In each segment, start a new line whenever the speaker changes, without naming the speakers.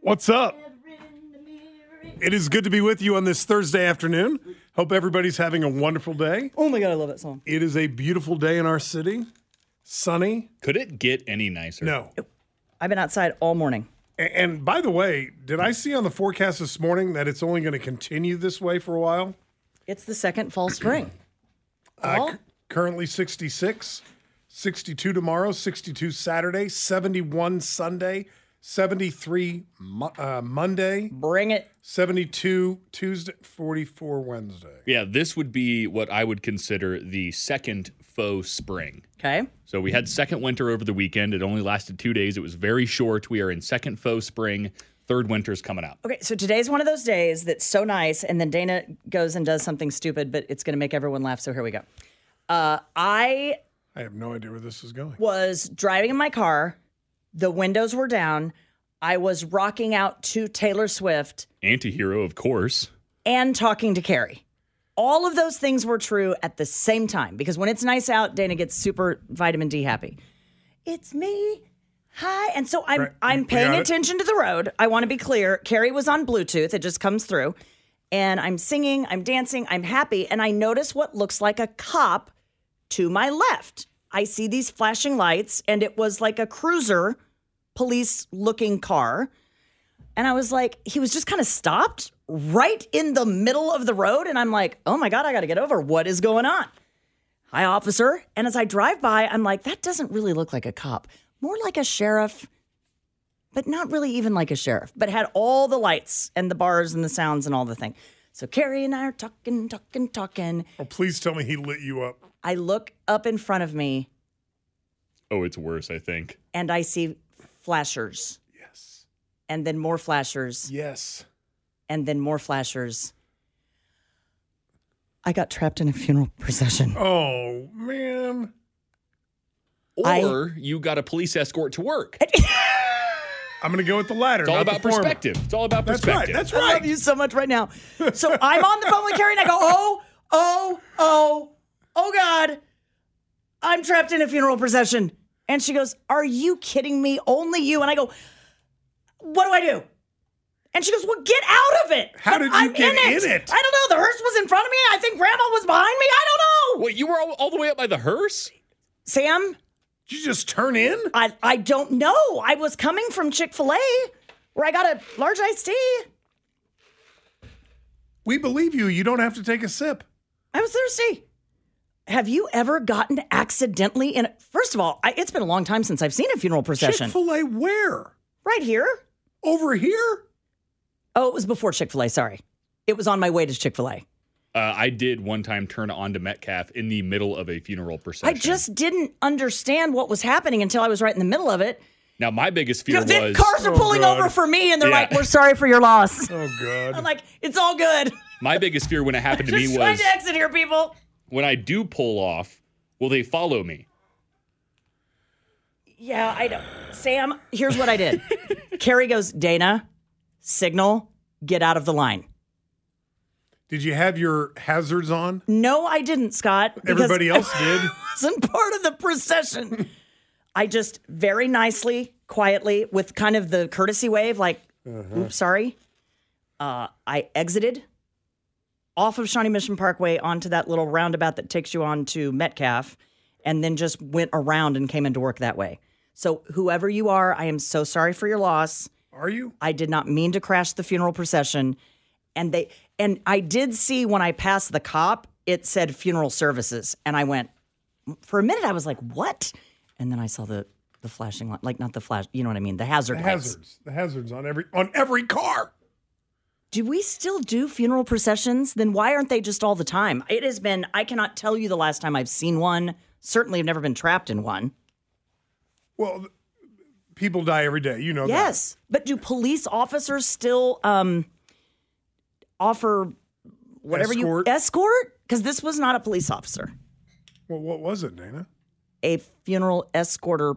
What's up? It is good to be with you on this Thursday afternoon. Hope everybody's having a wonderful day.
Oh my god, I love that song.
It is a beautiful day in our city. Sunny.
Could it get any nicer?
No.
I've been outside all morning.
A- And by the way, did I see on the forecast this morning that it's only going to continue this way for a while?
It's the second fall spring.
Uh,
Fall?
c- currently 66, 62 tomorrow, 62 Saturday, 71 Sunday, 73 Mo- uh, Monday,
Bring it.
72 Tuesday, 44 Wednesday.
Yeah, this would be what I would consider the second faux spring.
Okay.
So we had second winter over the weekend. It only lasted two days. It was very short. We are in second faux spring. Third winter's coming up.
Okay, so today's one of those days that's so nice, and then Dana goes and does something stupid, but it's going to make everyone laugh. So here we go. Uh, I
I have no idea where this is going.
was driving in my car. The windows were down. I was rocking out to Taylor Swift
Antihero, of course.
and talking to Carrie. All of those things were true at the same time because when it's nice out, Dana gets super vitamin D happy. It's me. Hi. And so I'm
Right.
I'm
We got
paying
it.
attention to the road. I want to be clear. Carrie was on Bluetooth. It just comes through. And I'm singing, I'm dancing, I'm happy, and I notice what looks like a cop to my left. I see these flashing lights, and it was like a cruiser police looking car. And I was like, he was just kind of stopped right in the middle of the road. And I'm like, oh my God, I got to get over. What is going on? Hi, officer. And as I drive by, I'm like, that doesn't really look like a cop, more like a sheriff, but not really even like a sheriff, but had all the lights and the bars and the sounds and all the thing. So Carrie and I are talking, talking, talking.
Oh, please tell me he lit you up.
I look up in front of me
Oh, it's worse, I think.
and I see flashers
Yes.
and then more flashers
Yes.
and then more flashers. I got trapped in a funeral procession.
Oh, man.
I-
Or you got a police escort to work. It's
I'm going to go with the latter.
all
not
about
the former.
perspective. It's all about
That's right.
perspective.
That's
I
right.
love you so much right now. So I'm on the phone with Carrie and I go, oh, oh, oh, oh God, I'm trapped in a funeral procession. And she goes, Are you kidding me? Only you. And I go, What do I do? And she goes, Well, get out of it.
How
But
did you
I'm
get
in it?
in it?
I don't know. The hearse was in front of me. I think grandma was behind me. I don't know.
Wait, you were all, all the way up by the hearse?
Sam,
Did you just turn in?
I, I don't know. I was coming from Chick fil A where I got a large iced tea.
We believe you. You don't have to take a sip.
I was thirsty. Have you ever gotten accidentally in? First of all, I, it's been a long time since I've seen a funeral procession.
Chick fil A where?
right here.
Over here?
Oh, it was before Chick fil A. Sorry. It was on my way to Chick fil A.
Uh, I did one time turn on to Metcalf in the middle of a funeral
I
procession.
just didn't understand what was happening until I was right in the middle of it.
Now, my biggest
You
fear
know, the
was.
cars are
Oh,
pulling
God.
over for me, and they're
Yeah.
like, "We're sorry for your loss."
Oh,
I'm
God.
like, "It's all good."
My biggest fear when it happened to me
Just
was.
trying to exit here, people.
when I do pull off, will they follow me?
Yeah, I don't. Sam, here's what I did. Carrie goes, "Dana, signal, get out of the line."
Did you have your hazards on?
No, I didn't, Scott. because
Everybody else did.
wasn't part of the procession. I just very nicely, quietly, with kind of the courtesy wave, like,
Uh-huh.
oops, sorry. Uh, I exited off of Shawnee Mission Parkway onto that little roundabout that takes you on to Metcalf, and then just went around and came into work that way. So, whoever you are, I am so sorry for your loss.
Are you?
I did not mean to crash the funeral procession. And they and I did see when I passed the cop, it said funeral services. And I went for a minute I was like, what? And then I saw the the flashing light, like not the flash, you know what I mean, the hazard
The
lights.
hazards. The hazards on every on every car.
Do we still do funeral processions? Then why aren't they just all the time? It has been, I cannot tell you the last time I've seen one. Certainly, I've never been trapped in one.
Well, th- people die every day. You know that.
Yes. But do police officers still um, offer whatever
Escort.
you escort? Because this was not a police officer,
Well, what was it, Dana?
a funeral escorter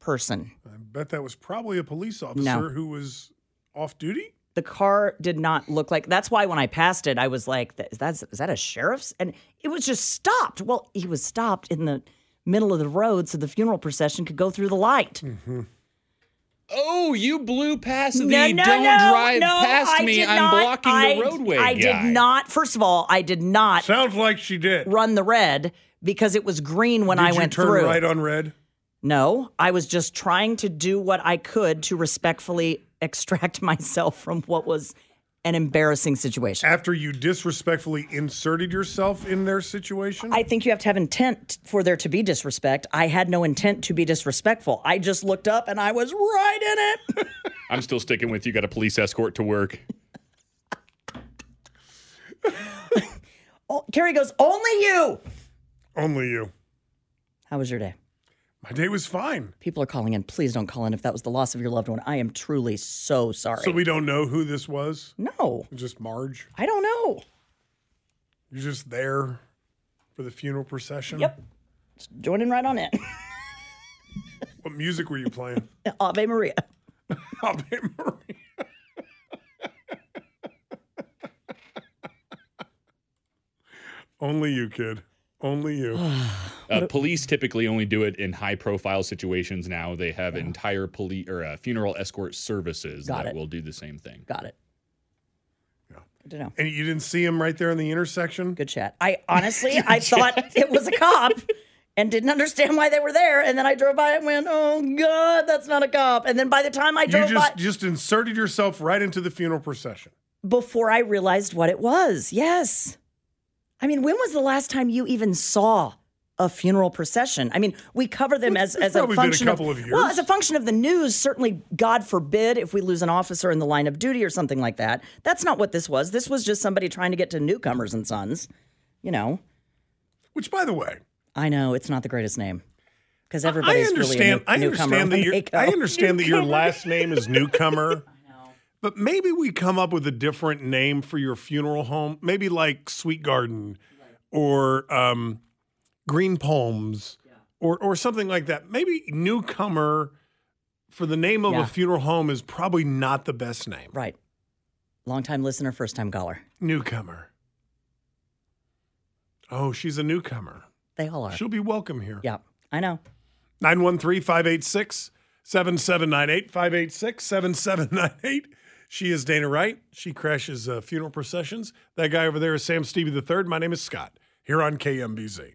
person.
I bet that was probably a police officer who was off duty.
the car did not look like that's why when i passed it i was like "Th- is that, is that a sheriff's and it was just stopped well he was stopped in the middle of the road so the funeral procession could go through the light
Hmm. Oh, you blew past the
no no
don't
no,
drive
no,
past
I
me.
did
I'm
not.
blocking
I,
the roadway.
i
guy.
did not first of all i did not
Sounds like she did.
run the red because it was green when
did
i
you
went
turn
through
right on red?
no i was just trying to do what i could to respectfully extract myself from what was an embarrassing situation
After you disrespectfully inserted yourself in their situation?
I think you have to have intent for there to be disrespect. I had no intent to be disrespectful. I just looked up and I was right in it.
I'm still sticking with you. Got a police escort to work.
Oh, Carrie goes, Only you.
Only you.
How was your day?
My day was fine.
People are calling in. Please don't call in if that was the loss of your loved one. I am truly so sorry.
So we don't know who this was.
no,
Just Marge.
I don't know.
You're just there for the funeral procession.
Yep. Joining right on in.
What music were you playing?
Ave Maria.
Ave Maria. Only you, kid. Only you.
Uh, police typically only do it in high-profile situations. Now they have entire police or uh, funeral escort services
Got
that
it.
will do the same thing.
Got it. Good to know.
and you didn't see him right there in the intersection?
Good chat. I honestly, I thought it was a cop and didn't understand why they were there. And then I drove by and went, oh, God, that's not a cop. And then by the time I
You
drove by.
just just inserted yourself right into the funeral procession.
before I realized what it was. Yes. I mean, when was the last time you even saw a funeral procession? I mean, we cover them as,
it's
as a
probably been a
function
couple of
Well,
years.
as a function of the news, certainly God forbid if we lose an officer in the line of duty or something like that. That's not what this was. This was just somebody trying to get to newcomers and sons. You know.
Which by the way,
I know it's not the greatest name. Because
I
everybody's
understand.
really a new-
I
newcomer
understand that
when
your
they go.
I understand that your last name is newcomer. But maybe we come up with a different name for your funeral home. Maybe like Sweet Garden or um, Green Palms or or something like that. Maybe newcomer for the name of
Yeah.
a funeral home is probably not the best name.
Right. Long time listener, first time caller.
Newcomer. Oh, she's a newcomer.
They all are.
She'll be welcome here.
Yeah, I know.
913 586 7798 586 7798. She is Dana Wright. She crashes uh, funeral processions. That guy over there is Sam Stevie III. My name is Scott here on KMBZ.